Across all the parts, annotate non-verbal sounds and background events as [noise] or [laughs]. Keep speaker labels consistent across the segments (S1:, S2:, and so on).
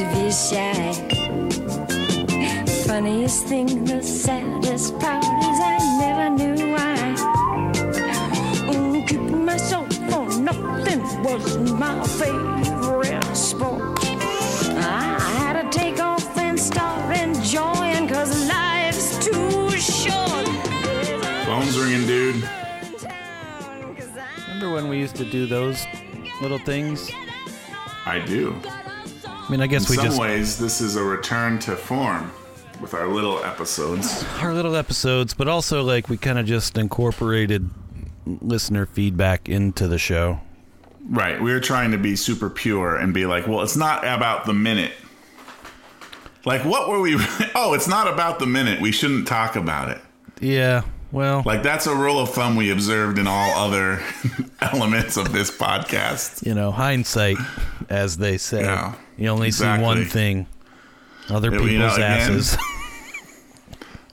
S1: shy. Funniest thing, the saddest part is I never knew why. Mm, keeping myself for nothing was my favorite sport. I had to take off and start enjoying, cause life's too short.
S2: Phone's ringing, dude.
S3: Remember when we used to do those little things?
S2: I do.
S3: I mean, I guess
S2: In
S3: we
S2: some
S3: just
S2: ways, this is a return to form with our little episodes.
S3: our little episodes, but also like we kind of just incorporated listener feedback into the show.
S2: Right. We were trying to be super pure and be like, well, it's not about the minute. Like, what were we? [laughs] oh, it's not about the minute. We shouldn't talk about it.
S3: Yeah. Well,
S2: Like, that's a rule of thumb we observed in all other [laughs] elements of this podcast.
S3: you know, hindsight, as they say,
S2: Yeah,
S3: you only see
S2: exactly.
S3: one thing: other
S2: Yeah,
S3: people's
S2: you know, again- [laughs]
S3: asses.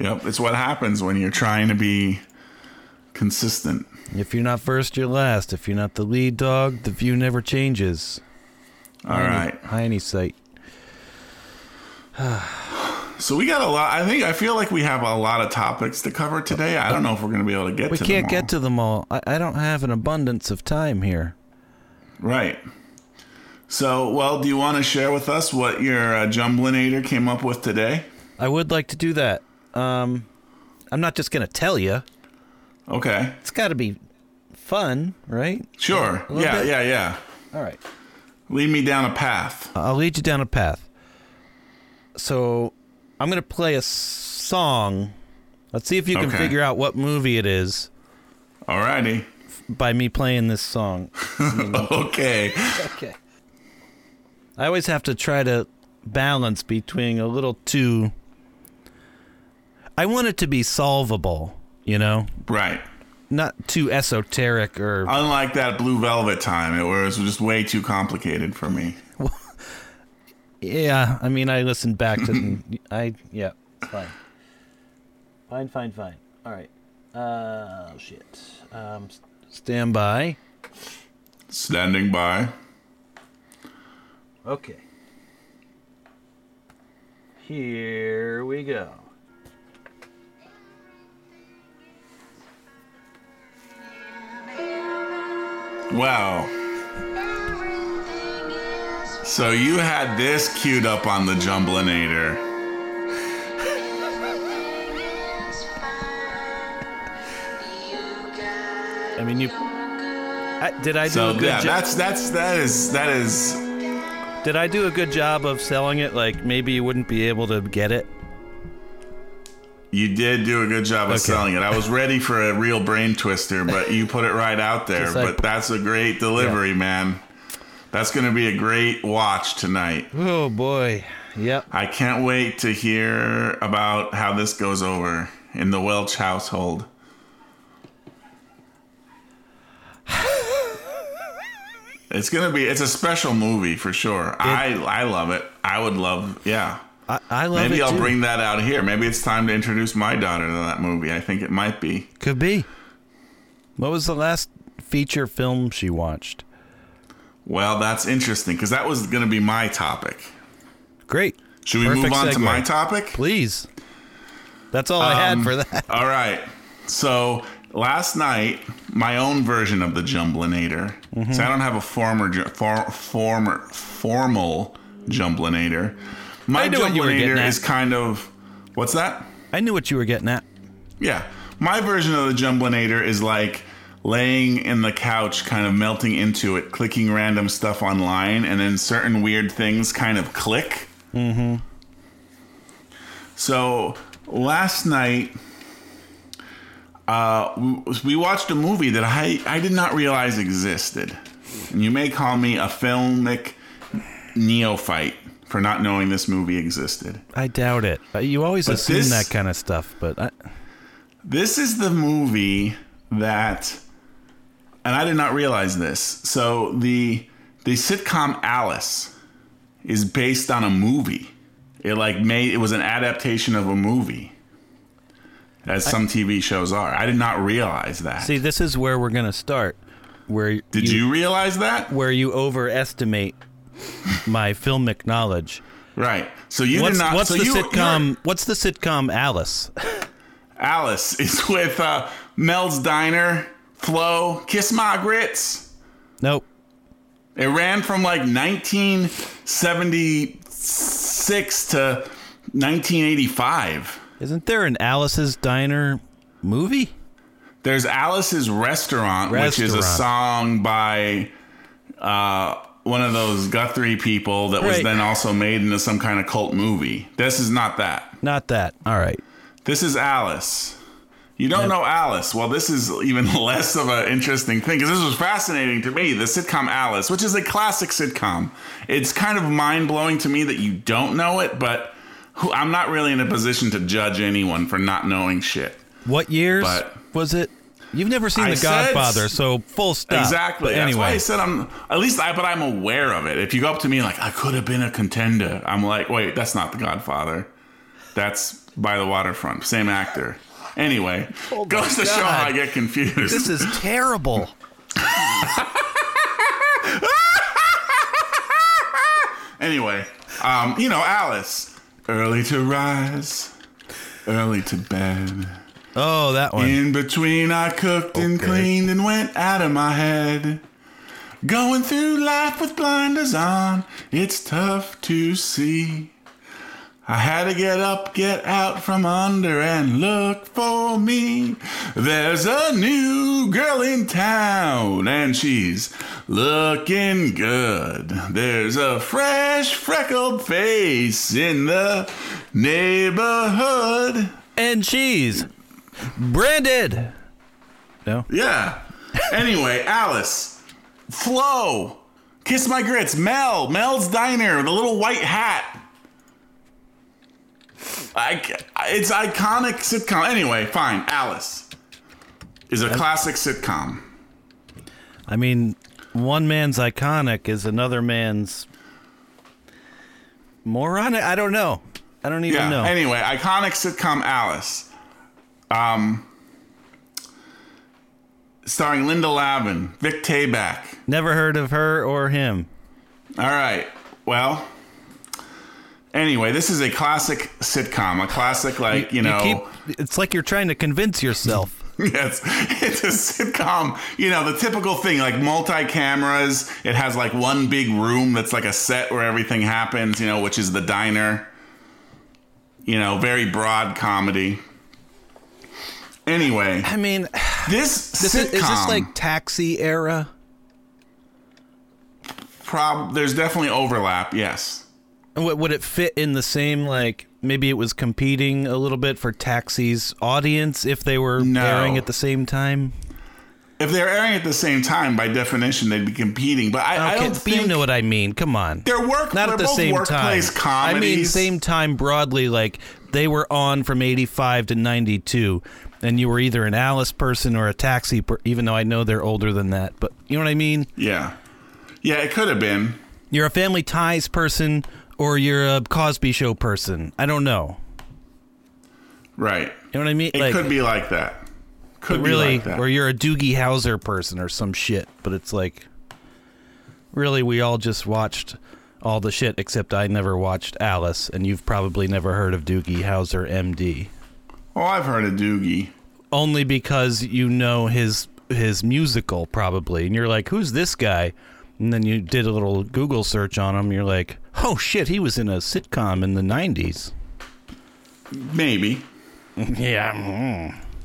S2: Yep. It's what happens when you're trying to be consistent.
S3: if you're not first, you're last. If you're not the lead dog, the view never changes.
S2: All
S3: Mm.
S2: right.
S3: Hindsight.
S2: So we got a lot. I think I feel like we have a lot of topics to cover today. I don't know if we're going to be able to get
S3: We
S2: to
S3: can't
S2: them all.
S3: get to them all. I, I don't have an abundance of time here.
S2: Right. So, well, do you want to share with us what your uh, jumblinator came up with today?
S3: I would like to do that. Um, I'm not just gonna tell you.
S2: Okay.
S3: It's got to be fun, right?
S2: Sure.
S3: little
S2: yeah,
S3: bit.
S2: yeah, yeah.
S3: All right.
S2: Lead me down a path.
S3: I'll lead you down a path. So I'm going to play a song. Let's see if you can
S2: Okay.
S3: figure out what movie it is
S2: Alrighty. [laughs]
S3: by me playing this song.
S2: Okay.
S3: Okay. I always have to try to balance between a little too. I want it to be solvable, you know?
S2: Right.
S3: Not too esoteric or.
S2: Unlike that blue velvet time, it was just way too complicated for me.
S3: Yeah, I mean, I listened back to them. I yeah, it's fine, fine, fine, fine. All right. Uh, shit. Um, s- stand by.
S2: Standing by.
S3: Okay. Here we go.
S2: Wow. So you had this queued up on the jumblinator.
S3: I mean, you. I, did I do
S2: So
S3: a good
S2: yeah,
S3: job?
S2: that's that's that is that is
S3: Did I do a good job of selling it? Like maybe you wouldn't be able to get it.
S2: You did do a good job of
S3: Okay.
S2: selling it. I was ready for a real brain twister, but you put it right out there.
S3: Just like-
S2: but that's a great delivery, man. That's going to be a great watch tonight.
S3: Oh boy. Yep.
S2: I can't wait to hear about how this goes over in the Welch household. it's going to be it's a special movie for sure. I I love it. I would love yeah.
S3: I, I love
S2: Maybe
S3: it
S2: I'll
S3: too.
S2: bring that out here. Maybe it's time to introduce my daughter to that movie. I think it might be.
S3: Could be. What was the last feature film she watched?
S2: Well, that's interesting because that was going to be my topic.
S3: Great.
S2: Should we
S3: Perfect
S2: move on to
S3: segue.
S2: my topic?
S3: Please. That's all I had for that.
S2: All right. So last night, my own version of the jumblinator.
S3: Mm-hmm.
S2: So I don't have a former, ju- for, former, formal jumblinator. My
S3: I knew what you were getting
S2: jumblinator
S3: at.
S2: is kind of what's that?
S3: [laughs] I knew what you were getting at.
S2: Yeah. My version of the Jumblinator is like laying in the couch, kind of melting into it, clicking random stuff online, and then certain weird things kind of click. Mm hmm. So last night, uh, w- we watched a movie that I, I did not realize existed. And you may call me a filmic neophyte for not knowing this movie existed.
S3: I doubt it. Uh, You always assume
S2: this-
S3: that kind of stuff, but I,
S2: This is the movie that, and I did not realize this. So the the sitcom Alice is based on a movie. It like made it was an adaptation of a movie, as some TV shows are. I did not realize that.
S3: see, this is where we're gonna start. Where
S2: did you, realize that?
S3: Where you overestimate my filmic knowledge?
S2: Right. So you
S3: what's
S2: did not.
S3: what's
S2: so
S3: the
S2: you,
S3: sitcom?
S2: you're-
S3: What's the sitcom Alice?
S2: Alice is [laughs] with uh, Mel's Diner, Flo, Kiss My Grits.
S3: Nope.
S2: It ran from like 1976 to 1985.
S3: Isn't there an Alice's Diner movie?
S2: There's Alice's Restaurant, which is a
S3: Restaurant.
S2: song by uh, one of those Guthrie people that was
S3: Right.
S2: then also made into some kind of cult movie. This is not that.
S3: Not that. All right.
S2: This is Alice. You don't know Alice. Well, this is even [laughs] less of an interesting thing because this was fascinating to me. The sitcom Alice, which is a classic sitcom, it's kind of mind blowing to me that you don't know it, but who, I'm not really in a position to judge anyone for not knowing shit.
S3: What years
S2: But-
S3: was it? You've never seen
S2: I
S3: The
S2: said-
S3: Godfather, so full stop.
S2: Exactly.
S3: But
S2: That's why I
S3: anyway,
S2: said I'm at least I but I'm aware of it. If you go up to me like I could have been a contender, I'm like, wait, that's not the Godfather. That's by the waterfront. Same actor. Anyway, goes to show how I
S3: Oh God.
S2: get confused.
S3: this is terrible.
S2: anyway, um, you know, Alice. Early to rise, early to bed.
S3: Oh, that one.
S2: In between, I cooked and
S3: Okay.
S2: cleaned and went out of my head. Going through life with blinders on, it's tough to see. I had to get up, get out from under, and look for me. There's a new girl in town, and she's looking good. There's a fresh, freckled face in the neighborhood.
S3: and cheese. Branded. No.
S2: Yeah. Anyway, Alice, Flo, Kiss My Grits, Mel, Mel's Diner, the little white hat. I, it's iconic sitcom. Anyway, fine. Alice is a classic sitcom.
S3: I mean, one man's iconic is another man's moronic. I don't know. I don't even
S2: Yeah.
S3: know.
S2: Anyway, iconic sitcom Alice. Um, starring Linda Lavin, Vic Tayback,
S3: Never heard of her or him.
S2: All right. Well, anyway, this is a classic sitcom, a classic like you, know.
S3: keep. It's like you're trying to convince yourself.
S2: [laughs] Yes, it's a sitcom. You know the typical thing, like multi cameras. It has like one big room that's like a set where everything happens. You know, which is the diner. You know, very broad comedy. Anyway,
S3: I mean,
S2: this,
S3: this
S2: sitcom
S3: is, is this like Taxi era?
S2: prob- there's definitely overlap. Yes.
S3: And What would it fit in the same like? Maybe it was competing a little bit for Taxi's audience if they were
S2: No.
S3: airing at the same time.
S2: If they're airing at the same time, by definition, they'd be competing. But I, I
S3: Okay,
S2: don't
S3: but
S2: think
S3: you know what I mean. Come on.
S2: They're work-
S3: not
S2: they're
S3: at the
S2: both
S3: same time.
S2: workplace
S3: I mean,
S2: comedies.
S3: same time broadly. Like they were on from '85 to '92, and you were either an Alice person or a Taxi. Per- even though I know they're older than that, but you know what I mean.
S2: Yeah. Yeah, it could have been.
S3: You're a Family Ties person or you're a Cosby Show person. I don't know.
S2: Right.
S3: You know what I mean?
S2: It could be like that. Could be
S3: really,
S2: like that.
S3: or you're a Doogie Howser person or some shit. But it's like, really, we all just watched all the shit except I never watched Alice, and you've probably never heard of Doogie Howser, M.D.
S2: oh, I've heard of Doogie.
S3: Only because you know his his musical probably, and you're like, who's this guy? And then you did a little Google search on him. You're like, oh shit, he was in a sitcom in the '90s.
S2: Maybe.
S3: Yeah.
S2: mm.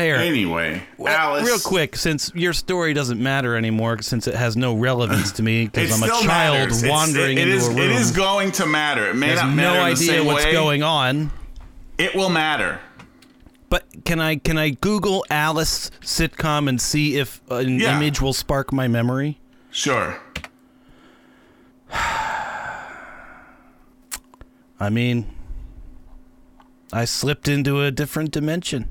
S3: Here,
S2: Anyway, Alice.
S3: real quick, since your story doesn't matter anymore, since it has no relevance to me,
S2: It
S3: because I'm a
S2: still
S3: child
S2: matters. It's-
S3: wandering
S2: it, it
S3: into
S2: is-
S3: a room.
S2: It is going to matter. It may
S3: has
S2: not
S3: no
S2: matter in the
S3: idea
S2: same
S3: what's
S2: way.
S3: going on.
S2: It will matter.
S3: But can I can I Google Alice sitcom and see if an
S2: Yeah.
S3: image will spark my memory?
S2: Sure.
S3: I mean, I slipped into a different dimension.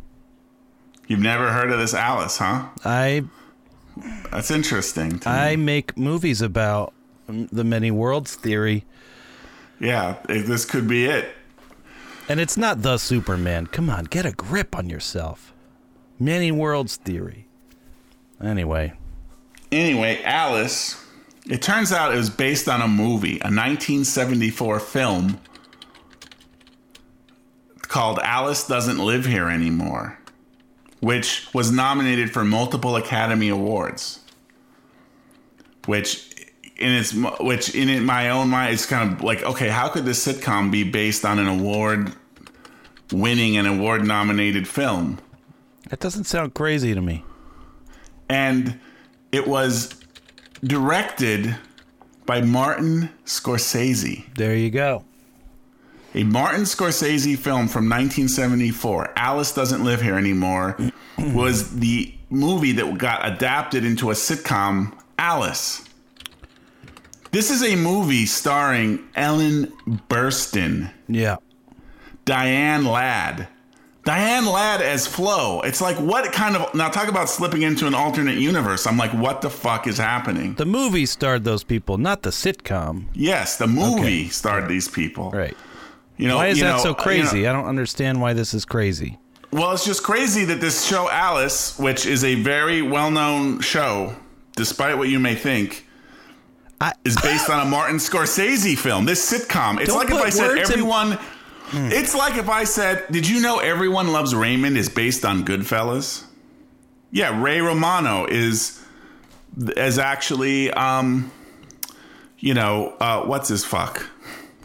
S2: You've never heard of this Alice, huh?
S3: I
S2: That's interesting. to me.
S3: I make movies about mm, the many worlds theory,
S2: yeah, it- this could be it.
S3: and it's not the Superman. Come on, get a grip on yourself. Many worlds theory. Anyway,
S2: Anyway, Alice It turns out it was based on a movie, a 1974 film called Alice Doesn't Live Here Anymore, which was nominated for multiple Academy Awards. Which in its which in it, my own mind it's kind of like okay how could this sitcom be based on an award winning an award nominated film
S3: That doesn't sound crazy to me.
S2: and it was directed by Martin Scorsese
S3: There you go.
S2: a Martin Scorsese film from 1974, Alice Doesn't Live Here Anymore, was the movie that got adapted into a sitcom, Alice. This is a movie starring Ellen Burstyn,
S3: Yeah.
S2: Diane Ladd. Diane Ladd as Flo. It's like, what kind of. Now, talk about slipping into an alternate universe. I'm like, what the fuck is happening?
S3: The movie starred those people, not the sitcom.
S2: Yes, the movie starred these people.
S3: Right.
S2: You know,
S3: Why is
S2: Oh, you
S3: that
S2: know, uh,
S3: so
S2: you know-
S3: crazy? I don't understand why this is crazy.
S2: Well, it's just crazy that this show Alice, which is a very well-known show, despite what you may think,
S3: I-
S2: is based on a Martin Scorsese film. This sitcom. It's
S3: Don't
S2: like if
S3: put
S2: I said
S3: words in- Hmm.
S2: everyone. It's like if I said, "Did you know everyone loves Raymond?" is based on Goodfellas. Yeah, Ray Romano is is actually, um, you know, uh, what's his fuck?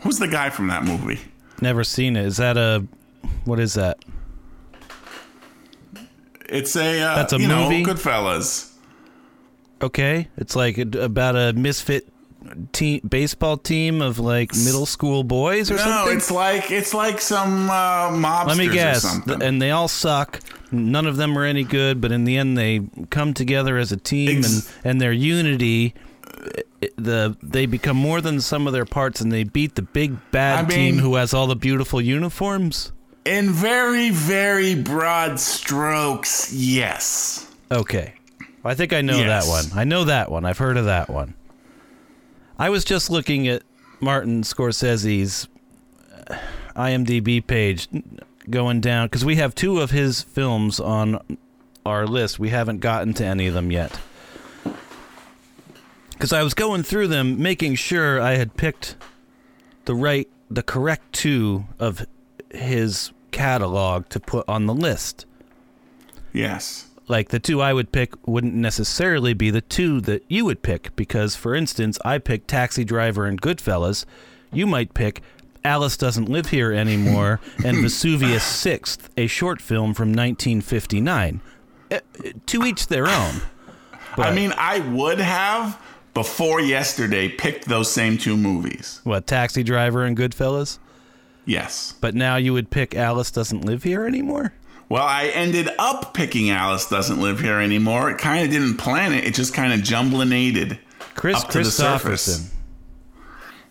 S2: Who's the guy from that movie?
S3: [coughs] Never seen it. Is that a what is that?
S2: It's a uh,
S3: That's a
S2: you know,
S3: movie?
S2: Goodfellas.
S3: Okay, it's like a, about a misfit team, baseball team of like middle school boys or
S2: No,
S3: something.
S2: it's like it's like some uh, mobsters
S3: Let me
S2: or
S3: guess. uh,
S2: something.
S3: And they all suck. None of them are any good, but in the end, they come together as a team,
S2: Ex-
S3: and and their unity, uh, the they become more than the sum of their parts, and they beat the big bad
S2: I
S3: team
S2: mean-
S3: who has all the beautiful uniforms.
S2: In very very broad strokes, yes.
S3: Okay, Well, I think I know
S2: Yes.
S3: that one. I know that one. I've heard of that one. I was just looking at Martin Scorsese's uh, IMDb page, n- going down because we have two of his films on our list. We haven't gotten to any of them yet. Because I was going through them, making sure I had picked the right, the correct two of his catalog to put on the list
S2: Yes.
S3: like the two I would pick wouldn't necessarily be the two that you would pick because, for instance, I picked Taxi Driver and Goodfellas. You might pick Alice Doesn't Live
S2: [laughs]
S3: Here Anymore and Vesuvius Sixth, a short film from 1959. Eh, eh, To each their own. But,
S2: I mean, I would have before yesterday picked those same two movies.
S3: what Taxi Driver and Goodfellas?
S2: Yes.
S3: But now you would pick Alice Doesn't Live Here Anymore.
S2: Well, I ended up picking Alice doesn't live here anymore. It kind of didn't plan it. It just kind of jumblinated.
S3: Chris
S2: Up to the surface.
S3: Christopherson.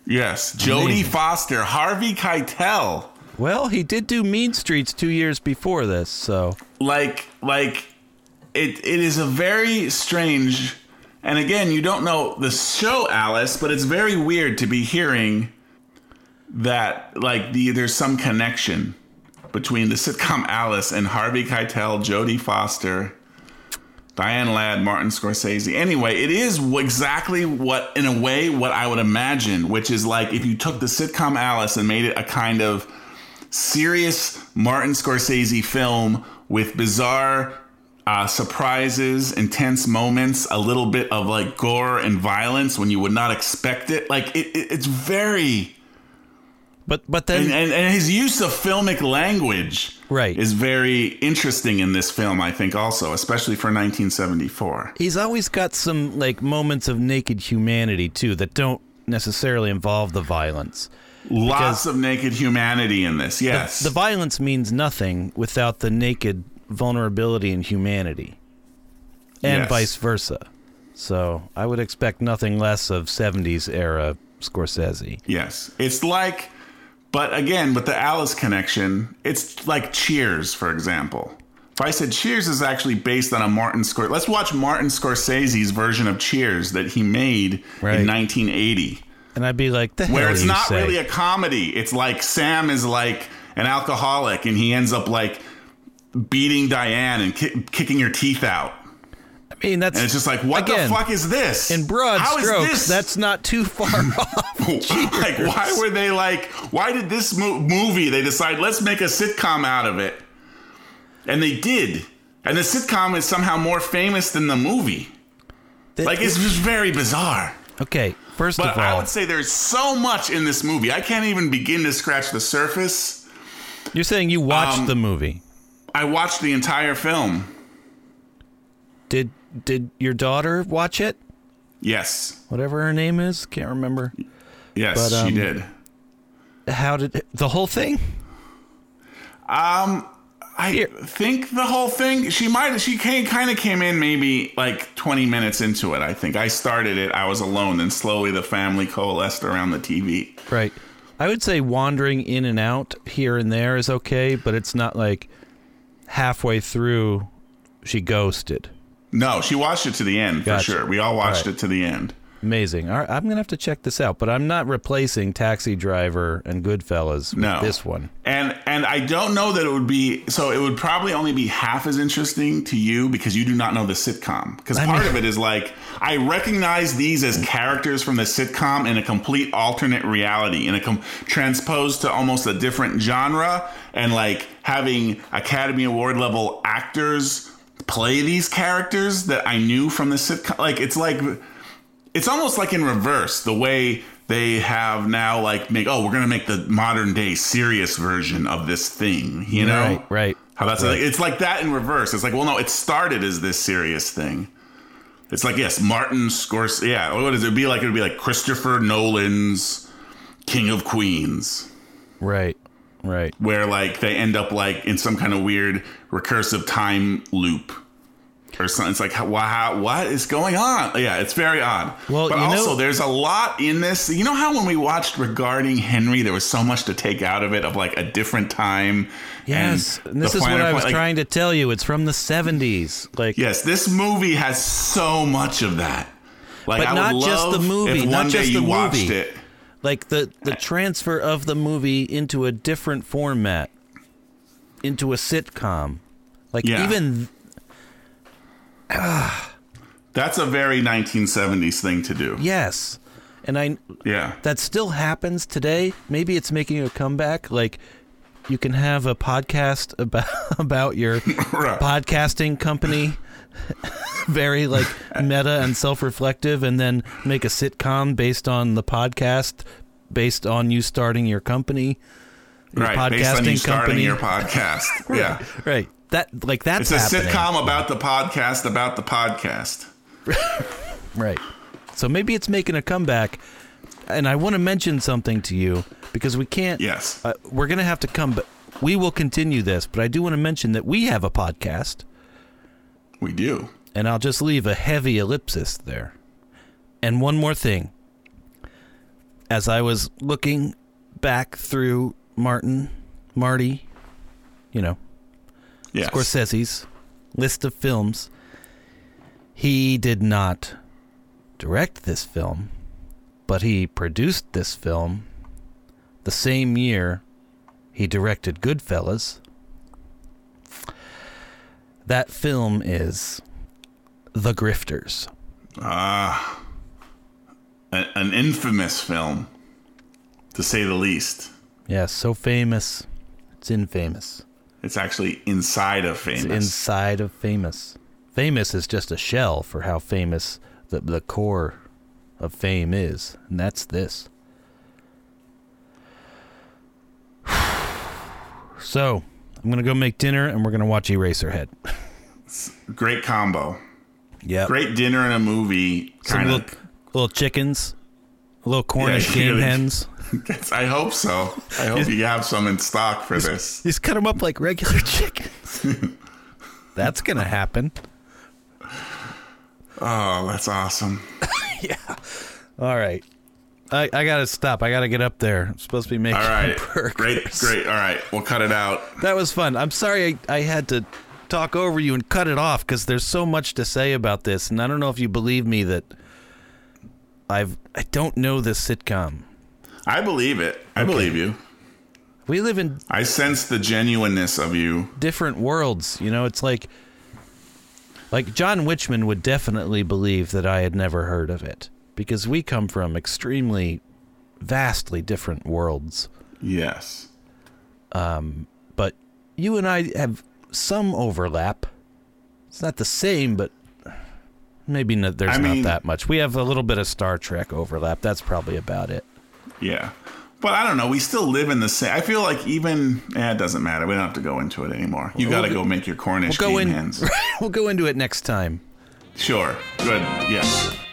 S2: Yes. Jodie
S3: Amazing.
S2: Foster, Harvey Keitel.
S3: Well, he did do Mean Streets two years before this, so
S2: like like it it is a very strange and again you don't know the show alice but it's very weird to be hearing that like the there's some connection between the sitcom alice and harvey keitel jodie foster diane ladd martin scorsese anyway it is wh- exactly what in a way what i would imagine which is like if you took the sitcom alice and made it a kind of serious Martin Scorsese film with bizarre uh, surprises, intense moments, a little bit of like gore and violence when you would not expect it. Like it, it- it's very
S3: but but then
S2: and, and, and his use of filmic language
S3: Right.
S2: is very interesting in this film. I think also, especially for 1974.
S3: He's always got some like moments of naked humanity too that don't necessarily involve the violence.
S2: Lots of naked humanity in this. Yes,
S3: The violence means nothing without the naked vulnerability and humanity. And
S2: Yes.
S3: vice versa. So I would expect nothing less of seventies era Scorsese.
S2: Yes. It's like, but again, with the Alice connection, it's like Cheers, for example. If I said Cheers is actually based on a Martin Scor, let's watch Martin Scorsese's version of Cheers that he made
S3: Right.
S2: in 1980,
S3: And I'd be like, the
S2: where
S3: hell
S2: it's
S3: you
S2: not
S3: say?
S2: really a comedy. It's like Sam is like an alcoholic and he ends up like beating Diane and ki- kicking her teeth out.
S3: I mean, that's
S2: And it's just like, what
S3: again,
S2: the fuck is this?
S3: in broad
S2: How is
S3: strokes,
S2: this-
S3: that's not too far [laughs] off.
S2: like, why were they like, why did this mo- movie, they decide, let's make a sitcom out of it? And they did. And the sitcom is somehow more famous than the movie.
S3: That-
S2: Like, it's just very bizarre.
S3: okay. First
S2: But
S3: of
S2: I
S3: all,
S2: would say there's so much in this movie. I can't even begin to scratch the surface.
S3: you're saying you watched
S2: um,
S3: the movie.
S2: I watched the entire film.
S3: Did did your daughter watch it?
S2: Yes.
S3: Whatever her name is, can't remember.
S2: Yes,
S3: But, um,
S2: she did.
S3: How did the whole thing?
S2: I
S3: Here.
S2: think the whole thing. She might. She came, kind of came in maybe like twenty minutes into it. I think I started it. I was alone, and slowly the family coalesced around the TV.
S3: Right. I would say wandering in and out here and there is okay, but it's not like halfway through she ghosted.
S2: No, she watched it to the end
S3: Gotcha.
S2: for sure. We all watched
S3: Alright.
S2: it to the end.
S3: Amazing. All right, I'm gonna have to check this out, but I'm not replacing Taxi Driver and Goodfellas with
S2: No,
S3: this one.
S2: And and I don't know that it would be so. It would probably only be half as interesting to you because you do not know the sitcom. Because
S3: I
S2: part
S3: mean-
S2: of it is like I recognize these as characters from the sitcom in a complete alternate reality, in a com- transposed to almost a different genre, and like having Academy Award level actors play these characters that I knew from the sitcom. Like it's like it's almost like in reverse the way they have now like make oh we're gonna make the modern day serious version of this thing you know
S3: Right, right.
S2: how that's like, it's like that in reverse it's like well no it started as this serious thing it's like yes martin scorsese yeah what does it be like it would be like christopher nolan's king of queens
S3: Right. Right.
S2: where like they end up like in some kind of weird recursive time loop or something. It's like how, wow, what is going on? Yeah, it's very odd.
S3: Well,
S2: but
S3: you know-
S2: also there's a lot in this. You know how when we watched regarding Henry, there was so much to take out of it of like a different time.
S3: Yes. And this
S2: the
S3: is what
S2: finer
S3: I
S2: point-
S3: was
S2: like,
S3: trying to tell you. It's from the seventies. Like
S2: Yes, this movie has so much of that. Like,
S3: But
S2: I
S3: not
S2: would
S3: just the
S2: love
S3: movie,
S2: If
S3: not
S2: one
S3: just
S2: day
S3: the
S2: you watched
S3: movie.
S2: it.
S3: like the the transfer of the movie into a different format into a sitcom like
S2: Yeah.
S3: even
S2: That's a very 1970s thing to do.
S3: yes and i
S2: yeah.
S3: that still happens today maybe it's making a comeback like you can have a podcast about [laughs] about your
S2: [laughs] Right.
S3: podcasting company [laughs] very like meta and self-reflective and then make a sitcom based on the podcast based on you starting your company your
S2: right, based on you
S3: podcasting
S2: starting
S3: company.
S2: your podcast. Yeah.
S3: [laughs] right that like that's
S2: It's a
S3: happening.
S2: sitcom about the podcast about the podcast.
S3: Right. So maybe it's making a comeback. And I want to mention something to you because we can't.
S2: Yes.
S3: Uh, we're going to have to come, but we will continue this. But I do want to mention that we have a podcast,
S2: We do.
S3: and I'll just leave a heavy ellipsis there. And one more thing. As I was looking back through Martin, Marty, you know,
S2: Yes.
S3: Scorsese's list of films. He did not direct this film, but he produced this film the same year he directed Goodfellas. That film is The Grifters.
S2: A- an infamous film, to say the least.
S3: Yeah, so famous. It's infamous.
S2: It's actually inside of
S3: It's
S2: famous.
S3: inside of famous. Famous is just a shell for how famous the, the core of fame is, and that's this. [sighs] So, I'm going to go make dinner and we're going to
S2: [laughs]
S3: watch Eraserhead.
S2: Great combo.
S3: Yeah.
S2: Great dinner and a movie.
S3: Some
S2: Kind
S3: little,
S2: of.
S3: little chickens, little
S2: Yeah,
S3: Cornish game
S2: really. [laughs]
S3: hens.
S2: [laughs] I hope so. I hope you have some in stock for this.
S3: Just cut them up
S2: [laughs]
S3: like regular chickens. [laughs] that's going to happen.
S2: Oh, that's awesome.
S3: All right. I, I got to stop. I got to get up there. I'm supposed to be [laughs] making
S2: All right.
S3: burgers.
S2: Great, great. All right. We'll cut it out.
S3: That was fun. I'm sorry I, I had to talk over you and cut it off because there's so much to say about this, and I don't know if you believe me that I've I don't know this sitcom.
S2: I believe it. I believe you.
S3: We live in
S2: I sense the genuineness of you.
S3: different worlds, you know. It's like Like John Wichman would definitely believe that I had never heard of it because we come from extremely vastly different worlds.
S2: Yes.
S3: But you and I have some overlap. It's not the same, but maybe not, there's
S2: I mean-
S3: not that much. We have a little bit of Star Trek overlap. That's probably about it.
S2: Yeah. But I don't know. We still live in the same. I feel like even eh, it doesn't matter. We don't have to go into it anymore. You got to go make your Cornish
S3: [laughs] We'll go
S2: game
S3: in.
S2: hens.
S3: we'll go into it next time.
S2: Sure. Good. Yes.